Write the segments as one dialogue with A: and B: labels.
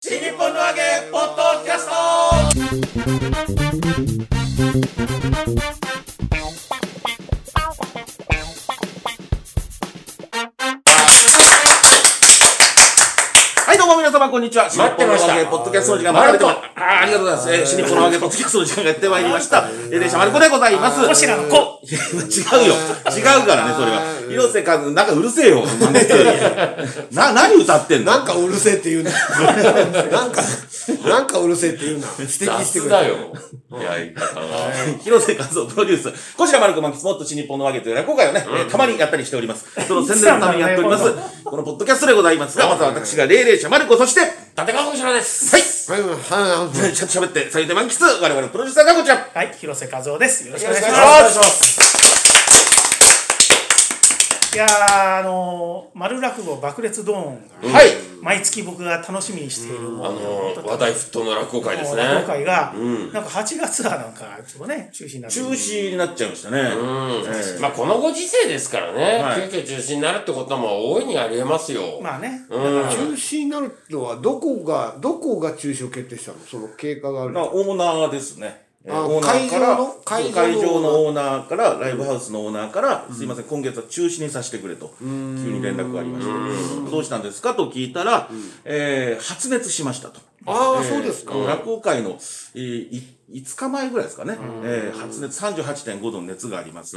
A: 新日本の揚げポッドキャストはいどうも皆様こんにちは。
B: 待ってました
A: 新日本の揚げポッドキャストの時間までてまあーありがとうございます。えー新日本の揚げポッドキャストの時間がやってまいりました。えー、電車丸子でございます。こしらの子違うよ。違うからね、それは。広瀬和、なんかうるせえよ。な、何歌ってんの
C: なんかうるせえって言うな。なんか、なんかうるせえっ て言うな。指摘してく
B: 雑だ
C: れ。
B: よ。やり方が。
A: 広瀬和夫プロデュース、こちらマルコマンキスもっと新日本のわけというような今回はね、えーたまにやったりしており ます。その宣伝のためにやっております。このポッドキャストでございますが、まずは私が霊霊者マルコ、そして、は
B: 立川こしらです。
A: い、ち
C: はい、は
A: ゃんと喋って、最低満喫、我々のプロデューサーがこちら。
D: はい、広瀬和夫です。よろしくお願いし
B: お
D: ま
B: 願いし
A: します。
D: す。いやー、あのー、丸落語爆裂ドーンが、
A: はい。
D: 毎月僕が楽しみにしている、
B: あのー、話題沸騰の落語会ですね。
D: 今回が、なんか8月はなんか、ちょっとね、中止になる。
A: 中止になっちゃいましたね。え
B: まあ、このご時世ですからね、
A: はい
B: 急遽中止になるってことも大いにありえますよ。
D: まあね、
C: い。中止になるのは、どこが、どこが中止を決定したのその経過があ
A: ー
C: る
A: ま。あ、オーナーですね。えー
C: あ
A: オーナーから
C: 会場の
A: そう
C: 会
A: 会
C: 場の
A: 場のオーナーから、ライブハウスのオーナーから、すいません、今月は中止にさせてくれと、急に連絡がありました。どうしたんですかと聞いたら、えー発熱しましたと。
C: ああ、
A: えー
C: そうですか。
A: 落語会の、えーい5日前ぐらいですかね。えー発熱38.5度の熱があります。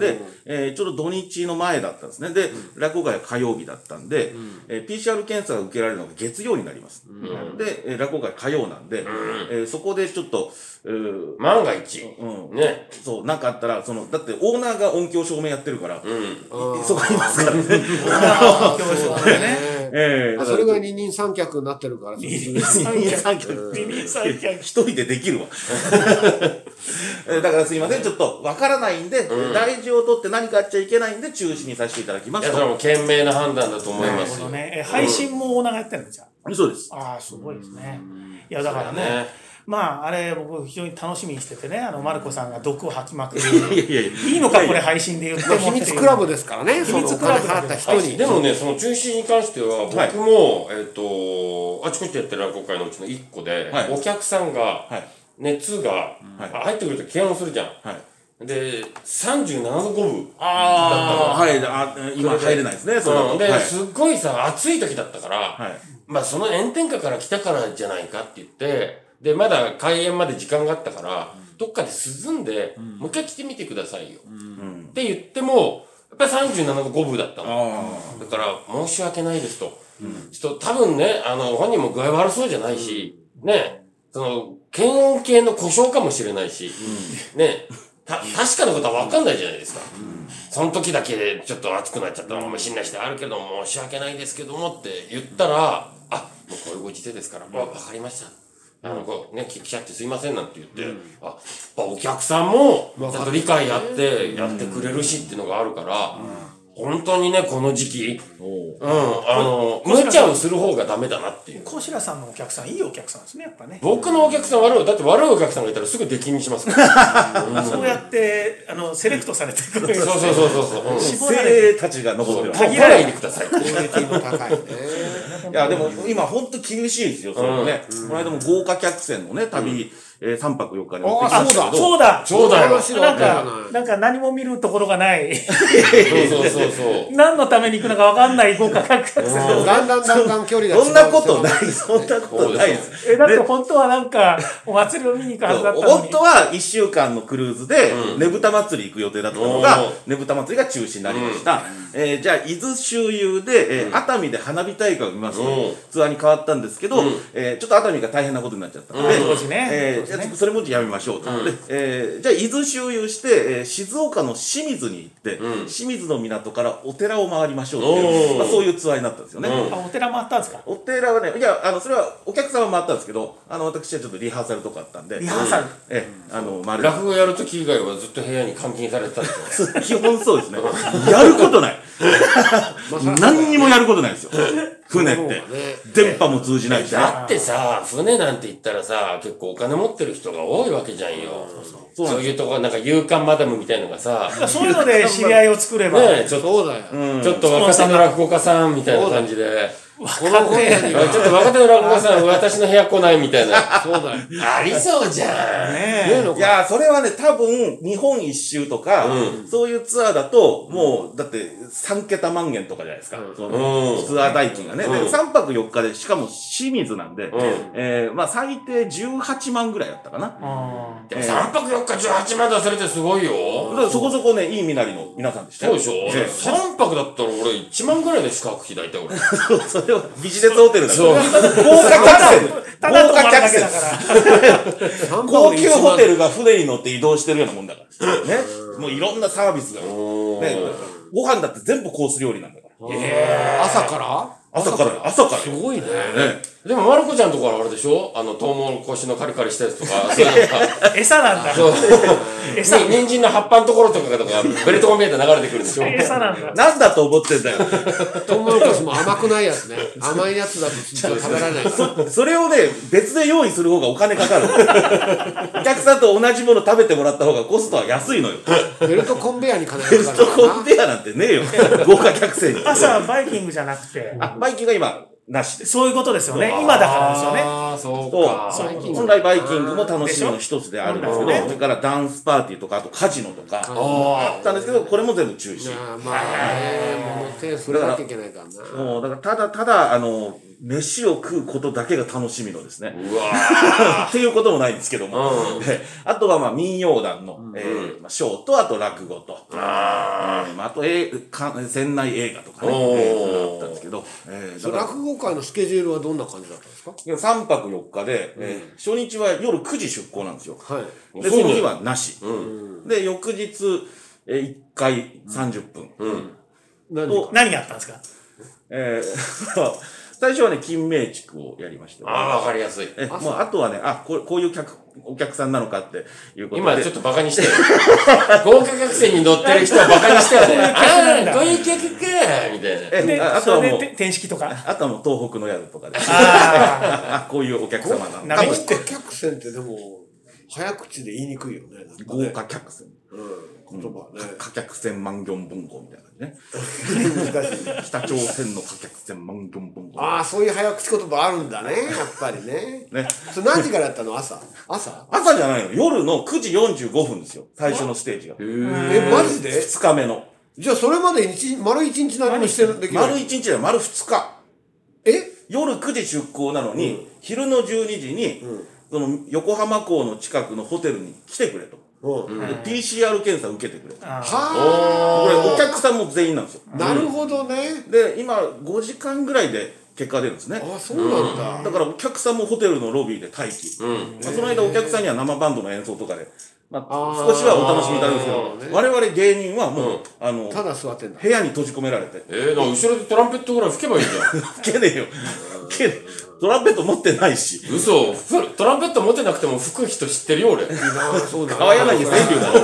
A: で、えーちょうど土日の前だったんですね。で、落語会は火曜日だったんで、えー PCR 検査が受けられるのが月曜になります。で、えー落語会火曜なんで、えーそこでちょっと、えー
B: 万が一、
A: う
B: ね。
A: そう、なんかあったら、その、だってオーナーが音響照明やってるから、
B: うん。
A: いそこにいますからね。
D: 教室なんでね。
C: え
A: え
C: ー
A: ー
C: あそれが二人三脚になってるから。
A: 三脚三脚
D: ビビ最近
A: 一人でできるわ。 えだからすいません、ちょっとわからないんで、大事を取って何かあっちゃいけないんで、中止にさせていただきま
B: いや、
A: す
B: それは
A: と。
B: もう賢明な判断だと思いますよ。
D: ね、え配信もオーナーがやってるんじゃん。
A: そうです。
D: ああ、すごいですね。いや、だからね。
B: ね。
D: まあ、あれ、僕、非常に楽しみにしててね、あの、マルコさんが毒を吐きまくる。
A: いやいやいや。
D: いいのか、これ配信で言ってもっていう。
C: 秘密クラブですからね。その
D: 密
C: お
D: クラ
C: 金
D: ブだ
C: 払っ
D: けど
C: た人に。
B: でもね、その中止に関して
A: は
B: は、
A: い
B: 僕も、えっ、と、あちこちでやってる落語会のうちの一個で、
A: はい
B: お客さんが、
A: はい
B: 熱が、
A: はい
B: 入ってくると気温するじゃん。
A: はい。
B: で、37度5分。
A: ああ、はい。あ今入れないですね、その。は
B: う
A: い
B: ん、で、すっごいさ、暑い時だったから、
A: はい。
B: まあその炎天下から来たからじゃないかって言って、で、まだ開演まで時間があったから、どっかで涼んで、もう一回来てみてくださいよ。って言っても、やっぱり37度5分だったの。
A: あ
B: だから、申し訳ないですと。ちょっと多分ね、あの、本人も具合悪そうじゃないし、ね、その、検温系の故障かもしれないし、ね、た、確かなことは分かんないじゃないですか。その時だけちょっと熱くなっちゃったのかもしれないし、あるけども申し訳ないですけどもって言ったら、あ、もうこういうご時世ですから、わ、わかりました。あの、こうね、聞きちゃってすいませんなんて言って、あ、やっぱお客さんも、ちゃんと理解やって、やってくれるしっていうのがあるから、本当にね、この時期、
A: あ。おー
B: うん、あの、無茶をする方がダメだなっていう。
D: 小白さんのお客さん、いいお客さんですね、やっぱね。
B: 僕のお客さん悪い、だって悪いお客さんがいたらすぐ出禁にしますから。
D: そうやって、あの、セレクトされてくる。
B: そうそうそうそうそう。うん
D: 絞られて。
A: 精鋭たちが残ってる。
B: 来ないでください。
C: クオリティの高いね。
A: いや、でも今本当厳しいですよ、それもね。この間も豪華客船のね、旅、えー、3泊4日で持ってきま
D: あ、
A: した
D: そ
A: け
D: うだ、
A: ど。
D: そうだ。
B: そうだよ。
C: 面
B: そ
C: 白
D: なん
C: いじゃ
D: か、
C: ない。
D: なんか何も見るところがない。
B: うそうそうそう。
D: 何のために行くのかわかんない豪華客船。
C: だんだんだんだん距離が。
A: そんなことないい、そんなことないです。
D: え、だって本当はなんか、お祭りを見に行くはずだったの
A: 本
D: に
A: 当。は1週間のクルーズで、ねぶた祭り行く予定だったのが
B: おー、
A: ねぶた祭りが中止になりました。えーじゃあ、伊豆周遊で、えー熱海で花火大会を見ます
B: うん
A: ツアーに変わったんですけど、
B: ん
A: えーちょっと熱海が大変なことになっちゃったので、
D: うん当時ね
A: えー
D: 当時ね
A: じゃあそれもやめましょうと、でえーじゃあ、伊豆周遊して、えー静岡の清水に行って、清水の港からお寺を回りましょうっていう、
B: おー
A: まあ、そういうツアーになったんですよね。
B: うん
D: あ、お寺もあったんですか
A: お寺はね、いや、あの、それはお客様もあったんですけど、あの、私はちょっとリハーサルとかあったんで。
D: リハーサル
A: ええ、あの、丸
B: 落語やるとき以外はずっと部屋に監禁されてたんですよ。
A: 基本そうですね。やることない。何にもやることないですよ。船って。電波も通じないしね。
B: だってさ、船なんて言ったらさ、結構お金持ってる人が多いわけじゃんよ。
A: そうなんですよ
B: そういうとこ、なんか勇敢マダムみたいのがさ、ね
D: そういうので知り合いを作れば。
B: え、ちょっと、
C: そうだよ。
B: ちょっと若手の落語家さんみたいな感じで、この本屋には、ちょっと若手の落語家さん、私の部屋来ないみたいな。
C: そうだよ。ね
B: ありそうじゃん。
D: ね
C: えの
A: い
C: か。
A: やー、それはね、多分、日本一周とか、そういうツアーだと、もう、だって、3桁万円とかじゃないですか。
C: うん
A: そ
B: うん
A: のツアー代金がね、
B: うん
A: で3泊4日で、しかも清水なんで、
B: ん
A: えーまあ、最低18万ぐらいだったかな。
D: え。あ
B: でも3泊4日18万出されてすごい
A: だ
B: よ。
A: からそこそこね、いい身なりの皆さんでした
B: そう
A: よ
B: でしょ
A: ええ
B: ?3 泊だったら俺1万ぐらいで宿泊費大体俺。
A: そうそれはビジネスホテルだから
B: そ
A: 豪
B: う。
A: 華客船
D: ーただ
A: 豪
D: 泊
A: 華
D: ま
A: 客
D: るだけ
A: 船
D: だ
A: で
D: か
A: す。
D: ら。
A: 高級ホテ
C: ル。
A: ルが船に乗って移動してるようなもんだ から。ね。もういろんなサービスが。ね。ご飯だって全部コース料理なんだから。
C: 朝から
A: 朝からよ、朝から
C: す
A: よ。
C: ごいね。
A: ね。
B: でも、まる子ちゃんとこはあれでしょあの、トウモロコシのカリカリしたやつとか、そういうのが。
D: 餌なんだ。
B: そう。
D: 餌
B: に人参の葉っぱのところとかが、とか、ベルトコンベイで流れてくるんでしょ
D: 餌なんだ。
A: なんだと思ってんだよ。
C: トウモロコシも甘くないやつね。甘いやつだとちょっと食べられない。
A: それをね、別で用意する方がお金かかる。お客さんと同じもの食べてもらった方がコストは安 いのよ。
C: ベルトコンベヤに金が
A: ベ
C: か
A: ス
C: か
A: ト
C: るから
A: コン
C: な。
A: ベアなんてねえよ。豪華客船 に。
D: 朝はバイキングじゃなくて、
A: あ、バイキングが今、なしです。
D: そういうことですよね。今だからですよね。
B: ああ、そう
A: と
B: か。
D: そういうこと
A: 本来バイキングも楽しみの一つであるんですけど、
B: でしょ
A: それからダンスパーティーとか、あとカジノとか、
B: あ
A: あったんですけど、これも全部中
C: じ
A: 止。
C: ゃあまあね、もう手振らなきゃいけないからな。
A: もう、だから、ただただ、あの、飯を食うことだけが楽しみのですね。
B: うわ
A: っていうこともないんですけども。えあとは、まあ、民謡団の、えーまあ、ショーと、あと落語と。あまあ、あと、えーか、船内映画とかね。
B: おー
A: えーそういうのがあったんですけど。えー、
C: そ
A: だ
C: れ
A: から
C: 落語会のスケジュールはどんな感じだったんですか
A: 3泊4日で、えー初日は夜9時出港なんですよ。
C: はい。
A: で、そ
B: そ
A: う
B: ね
A: の日はなし。で、翌日、えー、1回30分。
C: 何
A: と
D: 何やったんですか
A: えー 最初はね、金明畜をやりました。
B: ああ、わかりやすい。
A: え、もうあとはね、あ、こうこういう客、お客さんなのかっていうことで。
B: 今ちょっとバカにしてよ。豪華客船に乗ってる人をバカにしてよね。ああ、こういう客かみたいな。
A: え
D: で
A: あ、あと
D: そ
A: は
D: れ
A: もう
D: で、て転式とか。
A: あとはもう東北の宿とかで。
D: あ
A: あ、こういうお客様なの
D: な
A: か。
D: め
A: 多
D: き
A: 分
D: って。
C: 客船ってでも、早口で言いにくいよね。なんか
A: 豪
C: ね
A: 華客船。
C: うん。言葉ね。
A: 貨客船万元文豪みたいな感じね。
C: 難しい。
A: 北朝鮮の貨客船万元文豪。
C: ああ、そういう早口言葉あるんだね。やっぱりね。
A: ね。
C: それ何時からやったの朝朝
A: 朝じゃないの。夜の9時45分ですよ。最初のステージが。
C: え、マジで
A: 2日目の。
C: じゃあそれまで一日、丸一日何もしてるできな
A: 丸
C: い。
A: 1日で丸2日。
C: え
A: 夜9時出港なのに、昼の12時に、その横浜港の近くのホテルに来てくれと。
C: うん。は
A: で PCR 検査受けてくれと。こ
C: あ。
A: れお客さんも全員なんですよ。
C: なるほどね。
A: で、今5時間ぐらいで結果出るんですね。
C: ああ、そうなん
A: だ
C: だ。
A: からお客さんもホテルのロビーで待機。まあ、その間お客さんには生バンドの演奏とかで、まあ、
C: あー
A: 少しはお楽しみいただくんですけど、我
C: ね
A: 々芸人はもう、あの、
C: ただ座ってんだ。
A: 部屋に閉じ込められて、
B: えー、なんか後ろでトランペットぐらい吹けばいいじゃ
A: 吹けねえよ。吹けねえ。トランペット持ってないし。
B: ん。嘘、ふトランペット持ってなくても吹く人知ってるよ、俺。
C: ああ、そうだね。
A: 川柳川柳だろ。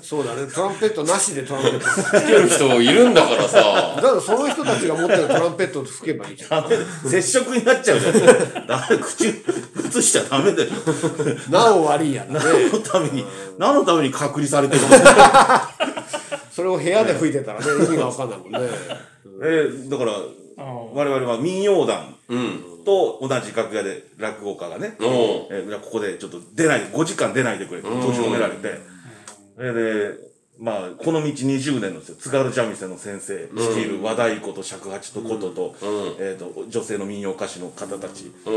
C: そうだね。トランペットなしでトランペット。
B: 吹ける人いるんだからさ。
C: だからその人たちが持ってるトランペットと吹けばいいじゃ
A: ダメだ接触になっちゃうじゃん。ダメ、口、移しちゃダメだよ。
C: ん。なお悪いやな。
A: 何のために、何のために隔離されてるの
C: それを部屋で吹いてたらね、意味がわかんないもんね。
A: えーだから、我々は民謡団
B: うん。
A: と同じ楽屋で落語家がね、
B: おう
A: えーじゃあここでちょっと出ない、5時間出ないでくれ、閉じ込められて、それで、まあ、この道20年のですよ津軽三味線の先生、率いる和太鼓と尺八と琴と、えっ、と、女性の民謡歌手の方たち
B: う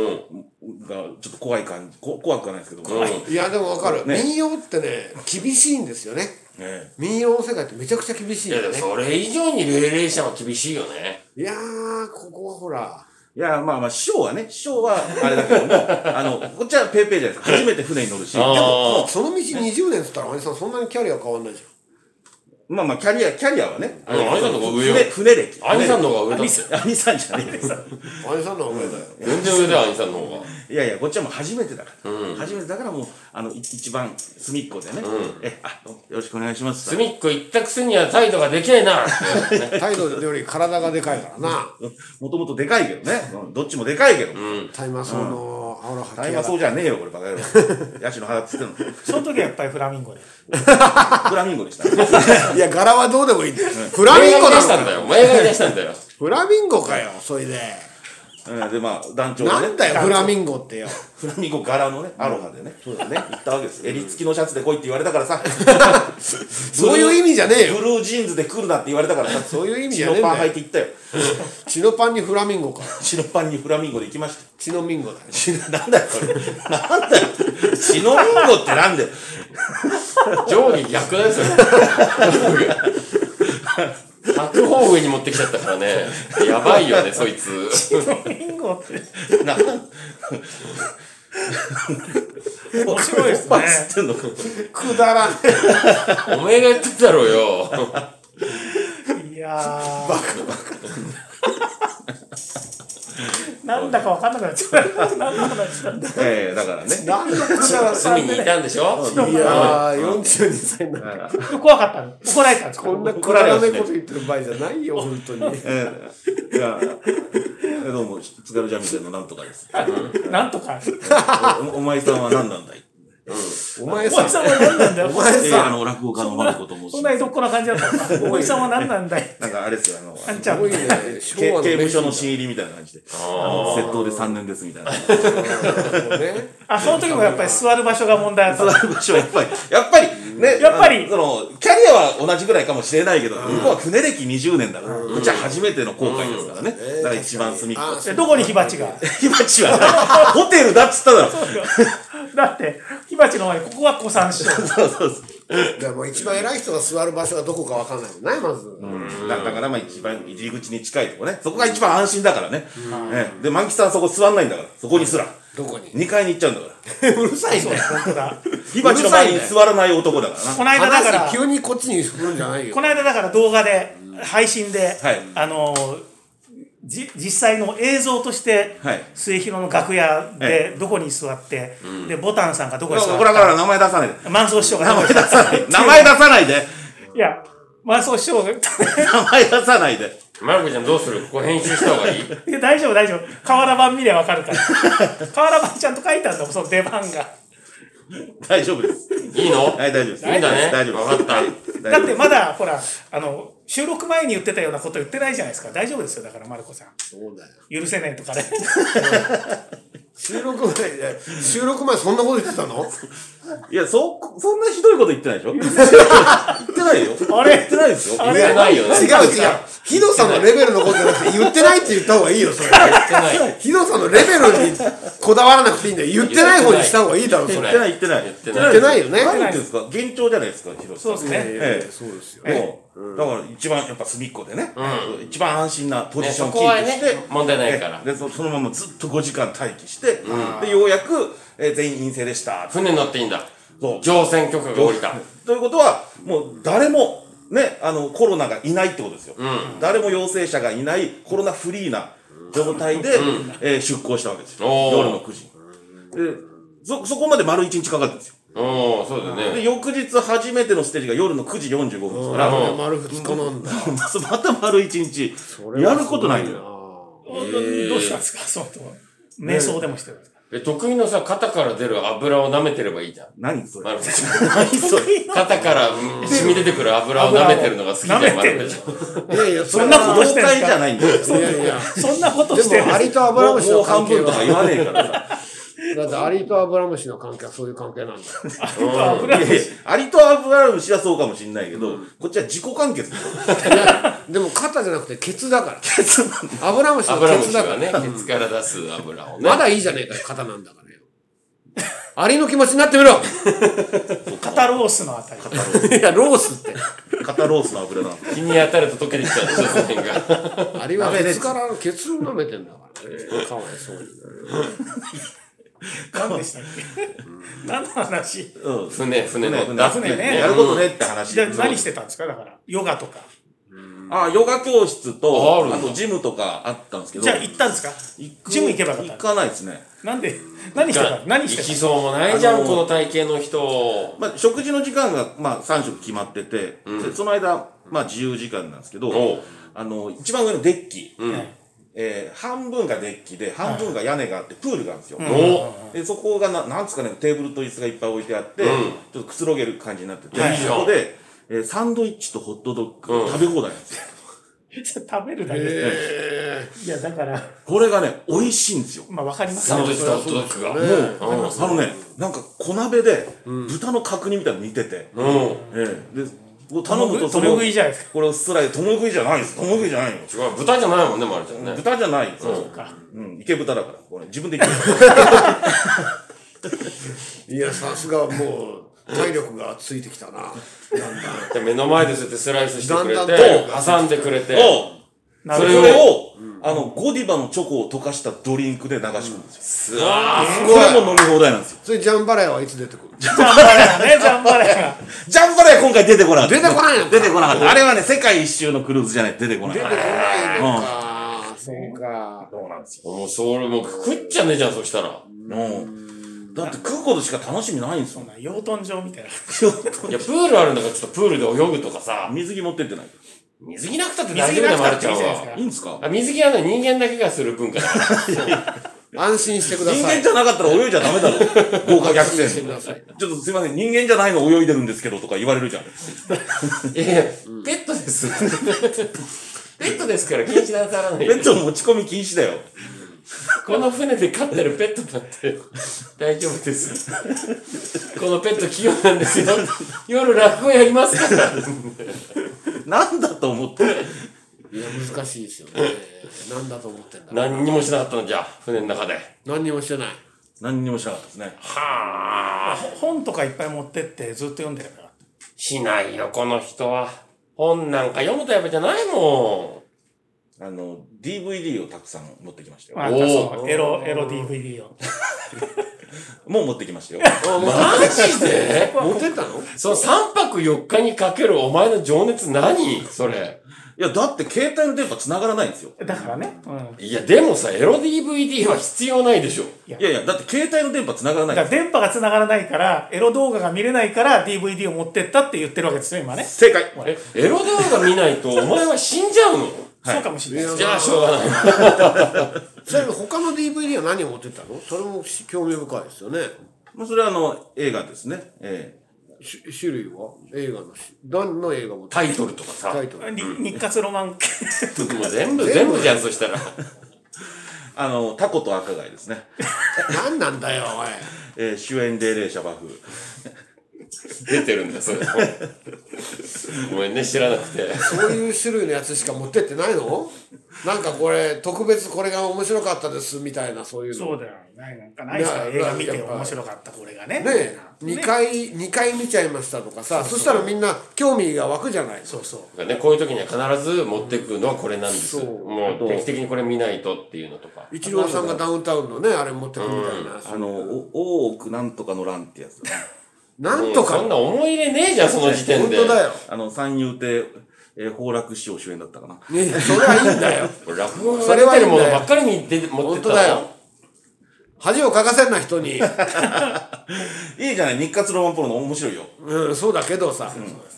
B: ん。
A: が、ちょっと怖い感じ、こ怖くはないですけど、ね
C: いや、でもわかる。
A: ね
C: 民謡ってね、厳しいんですよね。
A: え
C: 民謡の世界ってめちゃくちゃ厳しい
B: いや、
C: よ
B: でも
C: ね。
B: それ以上に霊霊者は厳しいよね。
C: いやー、ここはほら。
A: いや、まあまあ、師匠はね、師匠は、あれだけ ども、あの、こっちはペーペーじゃないですか。初めて船に乗るし、で
B: あー
A: も、
C: その道20年っつったら、おじさんそんなにキャリア変わんないじ
A: まあまあ、キャリア、キャリアはね、
B: うん兄さんの方が上よ
A: 船、船歴。
B: 兄さんの方が上だって。
A: 船歴兄さんじゃねえです。
C: ゃん。おじさんの方が上だよ。
B: 全然上だよ、兄さんの方が。
A: いやいや、こっちはもう初めてだから。初めてだからもう、あの、い一番隅っこでね、え、あ、どうもよろしくお願いします。
B: 隅っこ行ったくせには態度ができないな。
C: 態度より体がでかいからな。
A: もともとでかいけどね、うんどっちもでかいけど。
C: 大麻草の、あら、は
A: 大
C: き
A: 麻
C: や
A: そうじゃねえよ、これ、バカ野郎。ヤシの花っつ ってんの。
D: その時はやっぱりフラミンゴで。
A: フラミンゴでしたね。
C: いや、柄はどうでもいいんだよ。フラミ
B: 映
C: ン
B: 画
C: ゴ
B: に出
C: だ
B: したん
C: ろ
B: だよ。お前が出したんだよ。
C: フラミンゴかよ、それで。
A: えーで、まあ、団長がね
C: なん、だよ、フラミンゴってよ。
A: フラミンゴ柄のね、アロハでね、そうだね、行ったわけです。襟付きのシャツで来いって言われたから さ、
C: そういう意味じゃねえ
A: ブ
C: よ。
A: ルージーンズで来るなって言われたから さ、
C: そういう意味じ
A: チ
C: ゃね
A: ノ
C: えん
A: パン
C: だ
A: 履い
C: よ。
A: て行ったよ。
C: チノパンにフラミンゴか。
A: チノパンにフラミンゴで行きました。
C: チノミンゴだよ。
A: チなんだよ、それ。なんだよ。チノミンゴってなんだよ。
B: 上下逆なんですよ。白方上に持ってきちゃったからね。やばいよね、そいつ。
D: ビンゴって
A: な
D: 面白いです
A: パ
D: ね
A: ンつってんのか。
C: くだらん。
B: おめえがやってただろうよ。
D: いやーバカバカなんだかわかんなくなっちゃう 何の話なんだ
A: ええだからね。
C: 何の くだらん。
B: 隅にいたんでしょ
C: いやー、42歳になって
D: 怖かったの怒られたんですか
C: こんなくだらねえこと言ってる場合じゃないよ、本当に。
A: ええいや、どうも、津軽三味線のなんとかです。
D: なんとか
A: おお前さんは何なんだい
C: お前
D: お前
C: さ、
D: さんは何なんだよ
C: お前
A: ええあ
C: さ、
A: の、落語家のマルコと申
D: そ
A: し
D: んな
A: ま
D: に
A: す。
D: どっこな感じだったのかおじさんは何なんだい
A: なんかあれですよ、あの、
D: あん
A: け
D: ちゃ
C: す
D: ん
C: ごいね。昭
A: 刑
C: 和の名
A: 務所の
C: シ
A: 新入りみたいな感じで、
B: あ
A: 窃盗で3年ですみ たいな。
C: ーンだね。
D: あその時もやっぱり座る場所が問題だったの
A: 場所はやっぱり、やっぱり、ね、
D: やっぱり
A: あのその、キャリアは同じぐらいかもしれないけど、向こうは船歴20年だから、こっちは初めての航海ですからね。だから一番隅っこ。
C: あ
D: えどこに火鉢が
A: 火鉢はない、ホテルだっつっただろ。
D: だって火鉢の前にここは古参師匠
A: そうそうそう。
C: だからもう一番偉い人が座る場所がどこかわかんないもんね、まず。
A: だだからまあ一番入り口に近いとこね。そこが一番安心だからね。ええで、満喫さんそこ座んないんだから、そこにすら。
C: どこに
A: 2階に行っち ゃうんだから。
C: うるさいね。
D: 本当だ
A: 火鉢の前に座らない男だからな。
D: この間だから
C: 話急にこっちに来るんじゃないよ
D: こ。の間だから動画で配信で、
A: はい
D: あのじ実際の映像として、
A: はい
D: 末広の楽屋
A: え
D: でどこに座って、でボタンさんがどこに座っ
A: ほらほ
D: て
A: ら、名前出さないで。
D: 万蔵師匠が
A: 名
D: どこ
A: 前出
D: に座って
A: さない。名前出さないで。
D: いや万蔵師匠が
A: 名前出さないで。
B: あ。マルコちゃんどうするここ編集した方がいい
D: いや 大丈夫大丈夫河原版見りゃ分か るから河原版ちゃんと書いたんだもんその出番が
A: 大丈夫です。
B: いいの
A: はい、大丈夫です。
B: いいんだね
A: 大丈夫
B: わかった
A: です。
D: だって
A: っ
D: まだほらあの収録前に言ってたようなこと言ってないじゃないですか大丈夫ですよだからマルコさん
C: そうだよ。
D: 許せねえとかね
C: 収録前で、収録前そんなこと言ってたの
A: て。いや、そ、そんなひどいこと言ってないでしょ言ってないよ。
D: あれ
A: 言ってないですよ。
D: あ
B: 言って
D: れ
B: ないよね。
C: 違う違う。ヒドさんのレベルのことじゃなくて、言ってないって言った方がいいよ、それ。
B: 言ってない。
C: ヒドさんのレベルにこだわらなくていいんだよ。言ってない方にした方がいいだろ、そ
A: 言
C: れ。
A: ってない、言ってない。言って
C: 言ってないよね。
A: 何言ってんですか幻聴じゃないですか、ひろしさ
D: そ
A: ん
D: うですね
A: ええ
C: そうですよ。
A: もう、だから一番やっぱ隅っこでね、一番安心なポジションを
B: ね
A: キ
B: そこは
A: ー
B: ね
A: プして、
B: 問題ないから
A: ええでそ、そのままずっと5時間待機して、で、ようやく、えー全員陰性でした。
B: 船乗っていいんだ。
A: そう
B: 乗船許可が降りた。
A: ということは、もう誰も、ね、あのコロナがいないってことですよ、誰も陽性者がいないコロナフリーな状態で、えー出航したわけですよ、
B: おー
A: 夜の9時でそそこまで丸1日かかるんですよ
B: おおそうだよね。
A: で翌日初めてのステージが夜の9時45分ですから、
C: あ丸二日なんだ。
A: また丸1日やることないのよ
C: よ。
D: どうしたんですかその後瞑想でもしてるんですか
B: え、得意のさ、肩から出る油を舐めてればいいじゃん。
A: 何それ
B: マルコちゃん。
A: 何そ れ
B: 肩からうん染み出てくる油を舐めてるのが好きじゃん、
D: 舐
B: マ
D: めて
B: ル
D: る
B: コちゃん。
C: いやい や、
D: そんなこ
A: 業界じゃないんだよ
C: と。いやいや。
D: そんなことして
C: で
D: るん
C: も、ア
D: です
C: リとアブラ
A: も
C: ム
A: う
C: シ
A: もう
C: の
A: 半
C: 関係
A: 分とか言
C: は、
A: わねえから さ
C: だってアリとアブラムシの関係はそういう関係なんだ。
D: か
A: いやいやアリとアブラムシはそうかもしれないけど、こっちは自己完結だよ
C: でも肩じゃなくてケツだから。アブラムシの
B: 油
C: ケ
B: 虫
C: ツだか
B: が
C: ら。
B: ね、ケツから出す油をね。
C: まだいいじゃねえかよ、肩なんだからよ。アリの気持ちになってみろ
D: カタロースのあたり
C: いや、ロースって。
A: 肩ロースの油なの
B: 日に当たると溶けてきちゃうんですよ、その辺が。
C: アリはケツからケツを舐めてんだからね。かわいそうに。
D: 何でしたっけ何の話
A: うん
B: 船、船乗った。
A: 船
D: 船ね
A: ねやることねって話
D: じゃあ何してたんですかだからヨガとか
A: あヨガ教室
B: ああるん
A: と
B: だ
A: あとジムとかあったんですけど
D: じゃあ行ったんですか
A: く
D: ジム行けばよかった
A: 行かないですね
D: なんで何してたの何して
B: 行き
D: た
B: そうもないじゃ
A: あ
B: ん、
A: の
B: この体型の人。
A: まあ食事の時間がまあ3食決まっててでその間まあ自由時間なんですけ
B: お
A: ど
B: う
A: あの一番上のデッキ
D: のはい
A: えー半分がデッキで半分が屋根があってプールがあるんですよ
B: お
A: でそこがななんつうかねテーブルと椅子がいっぱい置いてあって、ちょっとくつろげる感じになってて、
B: いいじゃん
A: そこで、えーサンドイッチとホットドッグ食べ放題なんですよ、
D: 食べるだけ
C: え
D: いや、だから、
A: これがね、美味しいんですよ。
D: まあ、わかります
B: サンドイッチと
C: そ
B: ホ
C: りゃ
B: ット
C: そう
B: ド
C: です
B: ッグが。う
C: よね
B: ん。
A: あのね、なんか小鍋で豚の角煮みたいなの煮てて、
B: うん。
A: ええでこう頼むとそれ
D: 共
A: を
D: 食いじゃないですか。
A: これをスライス共食いじゃないです共食いじゃないよ
B: 違う、豚じゃないもんね、まるちゃんね。
A: 豚じゃないです
B: そう
D: か
A: うん、池豚だからこれ自分で言っ てる
C: いやさすがもう体力がついてきたな。
B: で目の前でそうやってスライスしてくれ
C: だん
B: て
C: だんと、
B: 挟んでくれて、
A: そう
D: な
A: そ
D: る
A: れ
D: ほ
A: を
D: ど。
A: あのゴディバのチョコを溶かしたドリンクで流し込むんですよ、
B: すわー
C: す
A: これも飲み放題なんですよ
C: それジャンバラヤはいつ出てくる？
D: ジャンバラやね、ジャンバラや。
A: ジャンバラヤ今回出てこなかった
C: 出てこないのか
A: 出てこなかったあれはね世界一周のクルーズじゃないと出てこない
C: 出てこないのか。そうか。
A: そうなんですよ、
B: もうそれもう食っちゃねえじゃん、そしたら。
A: うん、だって食うことしか楽しみないんですよ
D: そんな養豚場みたいな。
B: いや、プールあるんだから、ちょっとプールで泳ぐとかさ、
A: 水着持ってってない
B: 水着なくたって大
D: 水
B: 丈
D: 着な
B: 夫だよ、
D: く
B: ま
D: た
B: る
D: っ
B: ち
D: てい
B: ゃん
D: いじゃないです
B: は。
A: いいんですか
B: あ水着はね、人間だけがする文化だから。
C: 安心してくだ
A: 人
C: さ
A: 間
C: い。
A: じゃなかったら泳いじゃダメ だろ豪華逆
C: 安心
A: 転
C: してください。
A: ちょっとすいません、人間じゃないの泳いでるんですけどとか言われ るじゃん。
B: いやいや、ペットです。ペットですから気にしなさらない
A: ペットの持ち込み禁止だよ。
B: この船で飼ってるペットだって大丈夫です。このペット器用なんですよ。夜落語やりますから。
A: なんだと思って。
C: いや難しいですよね。何だと思ってんだ。
B: 何にもしなかったのじゃあ、船の中で。
C: 何にもしてない。
A: 何にもしなかったですね。
B: はあ。
D: 本とかいっぱい持ってって、ずっと読んでるから。
B: しないよ、この人は。本なんか読むタイプじゃないも
A: あの、DVD をたくさん持ってきましたよ。
D: まあ、そ
B: お
D: う
B: ー
D: エロ、エロ DVD を。
A: もう持ってきま したよ。
B: ん。マジで
C: 持ってったの？
B: その3泊4日にかけるお前の情熱何それ。
A: いや、だって携帯の電波繋がらないんですよ。
D: だからね。うん。
B: いや、でもさ、エロ DVD は必要ないでしょ。
A: いやいや、だって携帯の電波繋がらな
D: だ
A: いん
D: から
A: ですよ。
D: 電波が繋がらないから、エロ動画が見れないから、DVD を持ってったって言ってるわけですよ、今ね。
A: 正解
B: え、エロ動画見ないとお前は死んじゃうの
D: そうかもしれないです。
B: じゃあ、しょうがない。
C: ちなみに他の DVD は何を持ってったの？それもし興味深いですよね。
A: まあ、それはあの、映画ですね。え
C: し種類は映画のし何の映画持って
B: タイトルとかさ。
C: タイトル。
D: に日活ロマン系
B: もう全部、全部じゃん、そしたら。
A: えあの、タコと赤貝ですね。
C: 何なんだよおい。
A: えー主演で霊者バフ。
B: 出てるんだ、 それ。ごめんね、知らなくて。
C: そういう種類のやつしか持ってってないの？なんかこれ特別これが面白かったですみたいなそういうの。
D: そうだよないなんかないですから
C: いや
D: 映画見て
C: やっぱ
D: 面白かったこれがね
C: ね
D: み
C: 二
D: たいなね
C: 回二回見ちゃいましたとかさ、そしたらみんな興味が湧くじゃない。
D: そうそう
B: ね、こういう時には必ず持ってくのはこれなんです。
C: そう
B: もう定期的にこれ見ないとっていうのとか。
C: イチローさんがダウンタウンのねあれ持ってくみたいな。
A: あの、お大奥なんとかの乱ってやつ、ね。
C: なんとか
B: もうそんな思い入れねえじゃん、その時点
C: 本
B: で。
C: 当だよ。
A: あの、三遊亭、えー崩落師匠主演だったかな。
C: いやいやそれはいいんだよ。
B: これ落語が出てるものばっかりに出て持っ
C: 本
B: てった
C: 当
B: の
C: だよ。。恥をかかせんな人
A: い
C: に。
A: いじゃない、日活ロマンポロの面白いよ。
C: うん、そうだけどさ。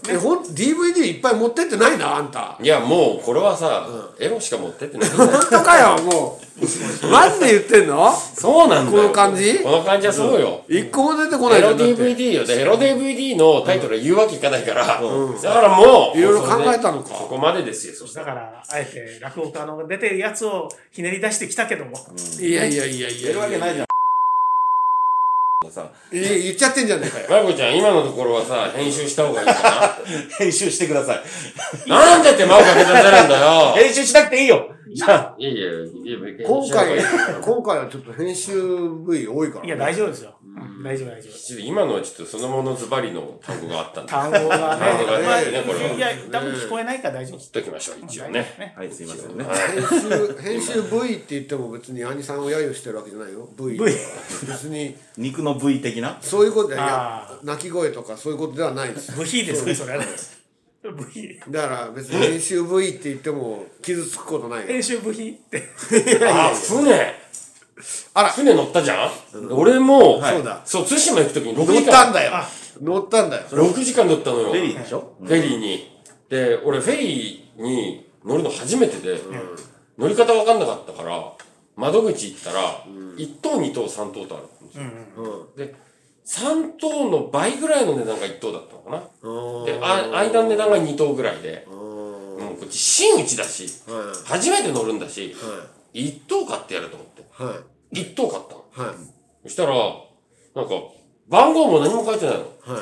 C: え、ほん、DVD いっぱい持ってってないな、あんた。
B: いや、もう、これはさ、エロしか持ってってない。
C: 本当かよ、もう。マジで言ってんの
B: そうなんだよ。
C: この感じ
B: この感じはそうよ。
C: 一個も出てこない
B: エ
C: じゃ
B: ロ
C: んだって。
B: DVD よ。で、エロ DVD のタイトルは言うわけいかないから。だからもう。
C: いろいろ考えたのか
B: そこまでですよ、そした
D: だ
B: ら。
D: からあえて落語家の出てるやつをひねり出してきたけども、
C: いやいやいやいや。。
A: やるわけないいじゃん。がさ、
C: え、言っちゃってんじゃねえかよ。
B: まゆこちゃん、今のところはさ、編集した方がいい か
A: 編集してください。
B: ななんで手間をかけさせるんだ よ。
A: 編集しなくていいよじゃあ、
B: いやいや、いやいや
C: 今回
B: 編集した方がいい、
C: 今回はちょっと編集部位多いから、
D: い
C: ね。
D: や大丈夫ですよ、大丈夫大丈夫
B: ちょっと今のはちょっとそのものズバリの単語があったんで。
D: 単語がね
B: 単語がね
D: まあ
B: これはい
D: や多分聞こえないから大丈夫です
B: 言っときましょう、一応ね。
A: はい、すいませんね。
C: 編集、編集部位って言っても別に兄さんを揶揄してるわけじゃないよ。部位。
D: 部位
C: 別に、
A: 肉の部位的な。
C: そういうことで、い
D: あ
C: や、泣き声とかそういうことではないです。
D: 部費ですねそれはね部費
C: だから別に編集部位って言っても傷つくことないよ
D: 編集部費って
B: あ、船。
C: あら
B: 船乗ったじゃん俺も、
A: はい
C: そうだ
B: そう、対馬行くときに6
C: 乗っ
B: 時
C: たん
B: 間、
C: だよ乗ったんだよ
B: 6時間乗ったのよ。
A: ベリーでしょ
B: フェリーに。で、俺フェリーに乗るの初めてで、乗り方わかんなかったから、窓口行ったら、1等、2等、3等とあるんですよ。で、3等の倍ぐらいの値段が1等だったのかな。で、あ間の値段が2等ぐらいで。もうこっち真打ちだし、
C: はい
B: 初めて乗るんだし、
C: は
B: 一等買ってやると思って。
C: いはい
B: 一等買ったの。
C: はい
B: そしたら、なんか、番号も何も書いてないの。
C: はい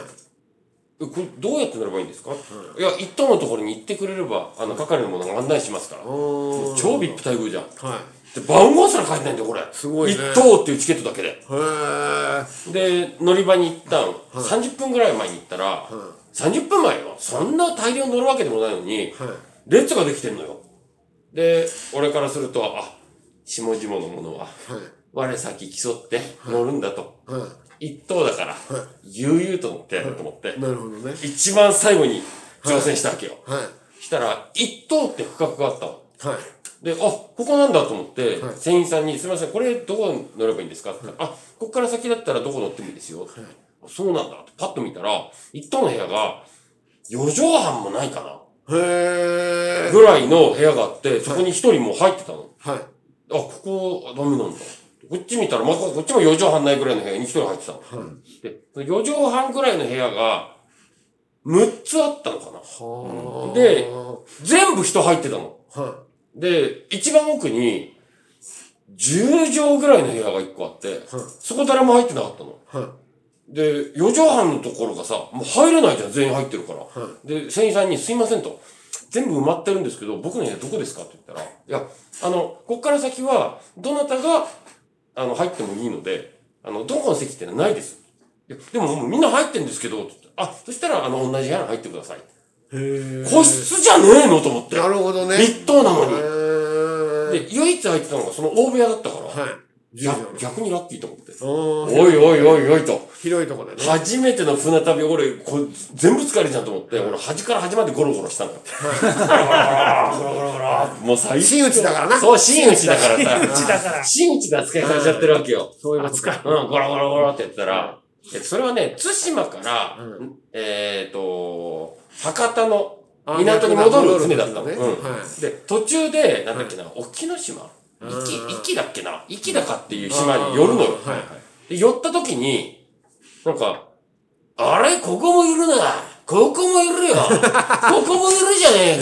B: えこれどうやって乗ればいいんですか、い、や、一等のところに行ってくれれば、あの、係の者が案内しますから。
C: おー
B: 超ビップ待遇じゃん。
C: は
B: で、番号すら書いてないんだよ、これ。
C: すごいね
B: 一等っていうチケットだけで。
C: いへえ
B: で、乗り場に行ったの。30分ぐらい前に行ったら、30分前よ。そんな大量乗るわけでもないのに、
C: はい
B: 列ができてんのよ。で、俺からすると、あ、下々の者は、我先競って乗るんだと。
C: はいは
B: 一等だから、悠々と乗ってやると思って
C: い、なるほどね
B: 一番最後に挑戦したわけよ。
C: はい
B: したら、一等って区画があったの。
C: はい
B: で、あ、ここなんだと思って、
C: はい
B: 船員さんに、すみません、これどこ乗ればいいんですかって言ったら、あ、ここから先だったらどこ乗ってもいいですよ。そうなんだってパッと見たら、一棟の部屋が、4畳半もないか
C: へ
B: な
C: え
B: ぐらいの部屋があって、そこに一人もう入ってたの。
C: はい
B: あ、ここはダメなんだ。こっち見たら、まあ、ここっちも4畳半ないぐらいの部屋に一人入ってたの。で、その4畳半ぐらいの部屋が、6つあったのかな
C: はあ
B: で
C: は
B: 全部人入ってたの。で、一番奥に、10畳ぐらいの部屋が1個あって、そこ誰も入ってなかったの。
C: いは
B: で、4畳半のところがさ、もう入れないじゃん、全員入ってるから。で、船員さんに、すいませんと。全部埋まってるんですけど、僕の家どこですかって言ったら、いや、あの、こっから先は、どなたが、あの、入ってもいいので、あの、どこの席ってのはないです。いやでも、もうみんな入ってんですけど、って言ったらあ、そしたら、あの、同じ部屋に入ってください。
C: いへ
B: 個室じゃねえのと思って
C: え。なるほどね
B: 一等なのに
C: へ。ー
B: で、唯一入ってたのがその大部屋だったから、
C: はい
B: いや逆にラッキーと思って。
C: おー
B: おいおいおいおいと。
C: 広いとこでね
B: 初めての船旅、俺、これ全部疲れちゃうと思って、俺、端から端までゴロゴロした のよ。ゴロゴロゴロゴロゴロもう最悪
C: 真打ちだからな
B: そう、真打ちだから
D: うち
B: さ。
D: だから。
B: 真打ちで扱いされちゃってるわけよ。
C: そういうことか
B: うん、ゴロゴロゴロって言ったら、えそれはね、対馬から、えっ、と、博多の港に戻る船だったの。
C: ね
B: うん
C: はい
B: で、途中で、なんだっけな、沖ノ島
C: ん
B: 壱岐、壱岐だっけな壱岐だかっていう島に寄るのよ。
C: はいはい
B: で、寄った時に、なんか、あれここもいるなここもい るよここもいるじゃね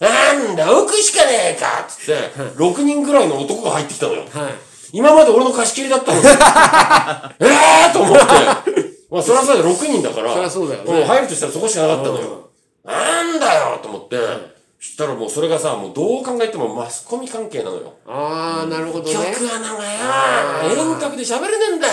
B: えかなんだ奥しかねえかつって、6人ぐらいの男が入ってきたのよ。
C: はい
B: 今まで俺の貸し切りだった のに。ええと思って。まあ、そりゃそうだよ、6人だから。
C: そりゃそうだよね
B: ん入るとしたらそこしかなかったのよ。なんだよと思って。そしたらもうそれがさ、もうどう考えてもマスコミ関係なのよ。
C: ああなるほどね
B: 客穴がよ、遠隔で喋れねえんだよ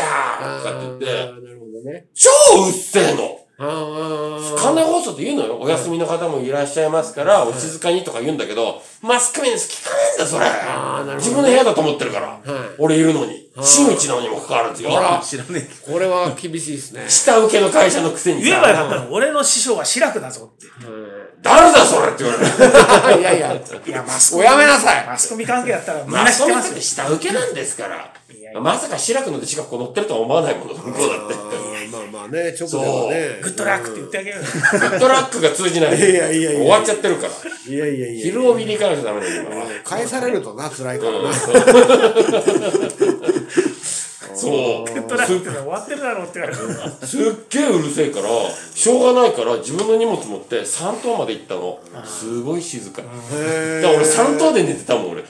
B: とかって言って、
C: あーなるほどね
B: 超うっせえの
C: あー
B: 館内放送って言うのよ。お休みの方もいらっしゃいますから、お静かにとか言うんだけど、マスコミです聞かねえんだ、それ
C: あーなるほど
B: 自分の部屋だと思ってるから。俺いるのに。真打ちなのにもかかわらずよ。
A: 知らね
C: これは厳しいで すね
B: 下請けの会社のくせに
D: 言えばよ
B: さ、
D: かったの、俺の師匠は志らくだぞって。
B: 誰だそれって言われる。
C: いやいや
D: いや、マスコ
C: お
D: ミ。
C: やめなさい
D: マスコミ関係だったらみん
B: マ
D: な知
B: ス
D: っ
B: コ
D: て
B: ミ
D: ま
B: っ
D: すよ
B: て。下請けなんですから
D: やい。や
B: まさか白くの弟子がここ乗ってるとは思わないもの、向こうだって。
C: あーまあまあね直ではね
D: グッドラックって言ってあげるよ。
B: グッドラックが通じない。
C: いやいやいやいや
B: 終わっちゃってるから。
C: いやいやいや
B: 昼を見に行かなきゃダメだよ、今は。
C: 返されるとな辛いからな
B: そう。
D: グッドラックって終わってるだろうって言われる。
B: すっげえうるせえから、しょうがないから自分の荷物持って3棟まで行ったの。すごい静か。だから俺3棟で寝てたもん、俺。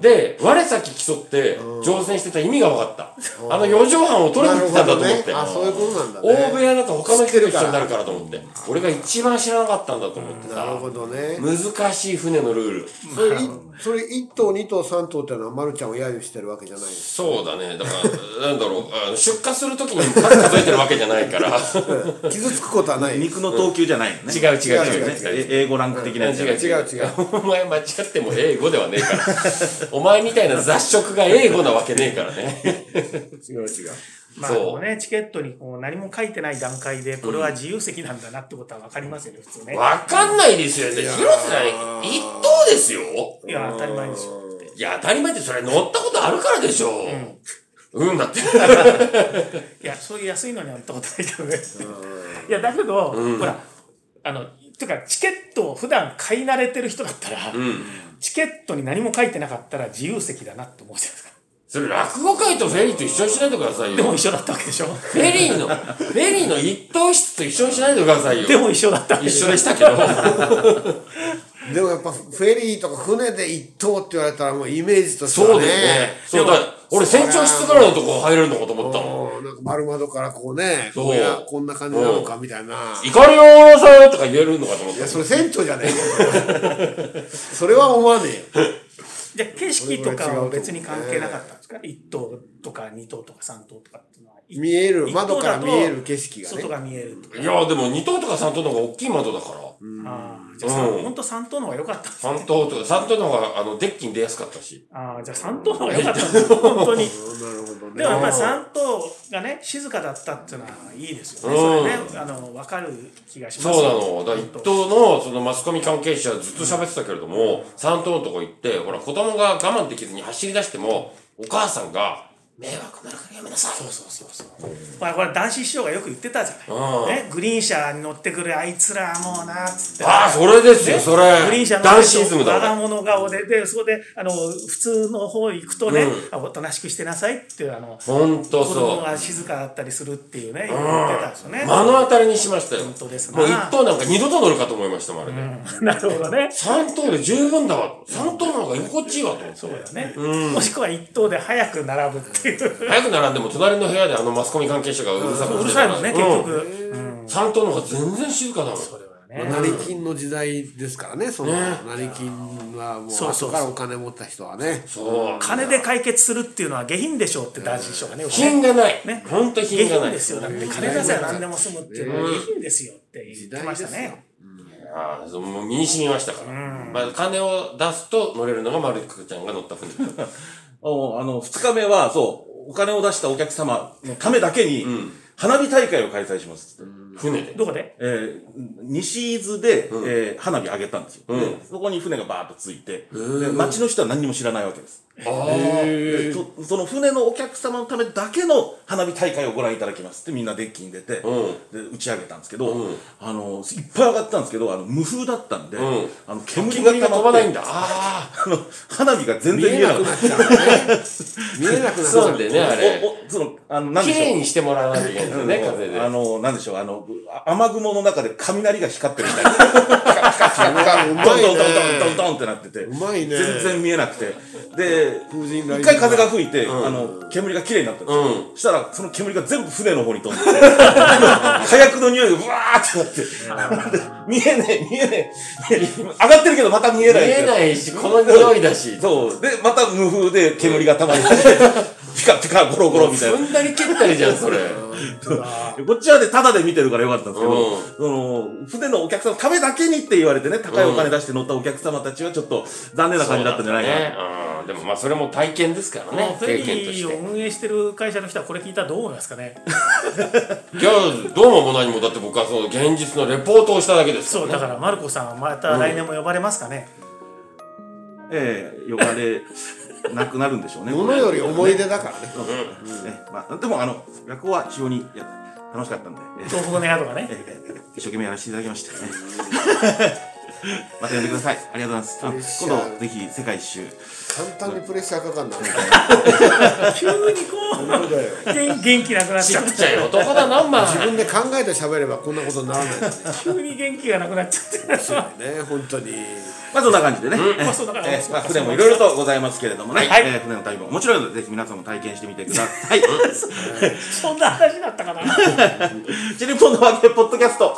B: で、我先競って乗船してた意味が分かった。あの4畳半を取りに来たんだと思って。
C: あそういうことなんだ
B: 大部
C: ね
B: 屋だと他の人と一緒になるからと思って。俺が一番知らなかったんだと思って
C: なる
B: さ。
C: ほどね
B: 難しい船のルール。
C: それいそれ1頭2頭3頭ってのはまるちゃんを揶揄してるわけじゃないです
B: そうだね。だから、なんだろう。あの出荷するときに数数えてるわけじゃない から。
C: 傷つくことはな
A: え
C: い違う
A: 肉の等級じゃないのね
B: 違う違う違う
A: ね
B: 違う。
A: え英語ランク的なやつじゃない
B: 違う違う
C: 違う
B: お前間違っても英語ではねえから。 お前みたいな雑食が英語なわけねえからね。
C: 違う違う
D: まあ、
B: そう
D: こうね、チケットにこう何も書いてない段階で、これは自由席なんだなってことは分かりますよね、普通ね。
B: わかんないですよ。広瀬さん、一等ですよ。
D: いや、当たり前でしょ。
B: いや、当たり前ってそれ乗ったことあるからでしょ。うん、だって。
D: いや、そういう安いのには乗ったことないけどね。いや、だけど、ほら、あの、ていうか、チケットを普段買い慣れてる人だったら、チケットに何も書いてなかったら自由席だなって思うじゃないですか。
B: それ落語会とフェリーと一緒にしないでください
D: でも
B: よ。
D: 一緒だったわけでしょ
B: フェリーの、フェリーの一等室と一緒にしないでくださいよ。
D: でも一緒だったわけ
B: 一
D: しょ
B: 緒でしたけど。
C: でもやっぱフェリーとか船で一等って言われたらもうイメージとして
B: そ
C: はね
B: うですね。そうだから。俺、船長室からのとこ入れるのかと思ったもん。
C: うんなんか丸窓からこうね
B: そう
C: こりゃこんな感じなのかみたいな。
B: イカリオさんとか言えるのかと思っ
C: いや
B: た。
C: それ船長じゃねえよそれは思わねえよ
D: じゃあ景色とかは別に関係なかったんですか一等とか二等とか三等とかっていうのは
C: 見える
D: 一等だと
C: 窓から見える景色がね
D: 外が見えるとか
B: いや、でも2等とか3等の方が大きい窓だから。
D: ああじゃあさ
B: うん
D: ほんと三等の方が良かったんです
B: 3等とか、3等の方が、あの、デッキに出やすかったし。
D: ああじゃあ三等の方が良かっ たんです本当にでもやっぱり三等がね静かだったっていうのはいいですよねそれねあの分かる気がします
B: そうなの。だから一等の、そのマスコミ関係者ずっと喋ってたけれども、三等のとこ行って、ほら、子供が我慢できずに走り出しても、お母さんが、迷惑になるからやめなさい。そうそうそうそう。
D: まあこれ男子師匠がよく言ってたじゃ
B: うん
D: ない、ね、グリーン車に乗ってくるあいつらはもうなっつって
B: ああ、それですよ、それ
D: グリーン車。
B: 男子イズム
D: の我が
B: だ。
D: 物顔ででそこであの普通の方行くとね、
B: うん
D: あおとなしくしてなさいっていうあの
B: ほんと
D: 子供
B: そう。
D: が静かだったりするっていうね言ってたんですよね、
B: 目の当たりにしましたよ。
D: 本当ですな
B: もう一等なんか二度と乗るかと思いましたもん、あれね。
D: なるほどね
B: 三等で十分だわ。三等の方が居心地いいわと。
D: そうだよね、もしくは一等で早く並ぶっていう
B: 早く並んでも隣の部屋であのマスコミ関係者がうるさく
D: うるさいもんね結局、
B: うん
D: うん
B: 三等の方が全然静かだもん。
D: それは
C: まあ
D: ね
C: 成金の時代ですからねその成金はもう
D: そうそうそ
C: 後
D: う
C: からお金持った人はね
B: そう。
D: 金で解決するっていうのは下品でしょうって男子師匠がね、
B: 品がない。
D: ね
B: ほんと
D: 下
B: 品がな
D: 品
B: い。
D: ですよだって金出せば何でも済むっていうのは下品ですよって言ってました
C: 時代ですよ
D: ね
B: ああ、そうもう身に染みましたから。まあ、金を出すと乗れるのが丸くちゃんが乗った船。
A: おあの、二日目は、そう、お金を出したお客様のためだけに、
B: ん
A: 花火大会を開催しますっつって。
B: 船で。
D: どこで
A: えー西伊豆で、えー花火上げたんですよ、でそこに船がバーッとついて、で町の人は何にも知らないわけです。
B: ああ。
A: でそその船のお客様のためだけの花火大会をご覧いただきますってみんなデッキに出て、で打ち上げたんですけど、
B: うん
A: あのいっぱい上がったんですけどあの無風だったんで、
B: ん
A: あの煙が
B: 煙が
A: 溜
B: 飛
A: ま
B: ば
A: って
B: ないんだ。ああ。
A: あの花火が全
C: 見
A: 然
C: え
A: 見えな
C: な
A: か
C: く
A: った
C: なっちゃうね見えなくなっちゃ
B: そう
C: う
B: でね、あれ。
A: おおそのあのなん
B: 綺
A: でしょう
B: 麗にしてもらわないといけないですよね、風で。
A: あの、なんでしょう、あの、あ雨雲の中で雷が光ってるみたいな。
C: う
A: ド
C: ま
A: ン
C: いね
A: ドンドンドンドンドンってなってて。
C: うまいね
A: 全然見えなくて。で、
C: 神雷
A: 一回風が吹いて、あの、煙が綺麗になったんですよ。
B: う
A: そしたら、その煙が全部船の方に飛んでて、火薬の匂いがブワー ってなって、見えねえ、見えねえ、上がってるけどまた見え
B: 見
A: ないみたいな。
B: えないし、この匂いだし。
A: そう。で、また無風で煙が溜まって、ピカピカゴロゴロみたいな
B: 踏。んだり蹴ったりじゃん、それ。
A: こっちはね、タダで見てるからよかったんですけど、
B: うん
A: その、船のお客様、ためだけにって言われてね、高いお金出して乗ったお客様たちはちょっと残念な感じだったんじゃないかな。
B: ね。うんでもまあ、それも体験ですから
D: も
B: ね
D: う、フェ
B: 経
D: リ
B: 験とし
D: ーを
B: て。
D: 運営してる会社の人はこれ聞いたらどう思いますかね
B: いや、どうも何も、だって僕はその現実のレポートをしただけです。
D: そうだからマルコさんはまた来年も呼ばれますかね、
A: ええ呼ばれなくなるんで しょうね。
C: ものより思い出だからね
A: ねまあ、でも、あの、学校は非常にや楽しかったんで、ええ
D: 東北の宿がね
A: ええ一生懸命やらせていただきました。ええ また呼んでください。ありがとうござい
C: プレ
A: ま
C: ッ
A: す。
C: シ
A: あ
C: ャー
A: 今度、ぜひ世界一周。
C: 簡単にプレッシャーかかんな
D: 急にこ
C: そうだよ
D: う元 元気なくなっち
B: ち
D: ゃう
B: っちゃい男だな、お前。
C: 自分で考えて喋ればこんなことにならないですね
D: 急に元気がなくなっちゃっ て
C: ね本当に
A: まあそんな感じでね。ええ
D: まあそんな感じ
A: ええまあ船もいろいろとございますけれどもね。
D: はい
A: ええ船の旅も面白いので、ぜひ皆さんも体験してみてください。
D: そんな話だったかな
A: チリポンのわけポッドキャスト。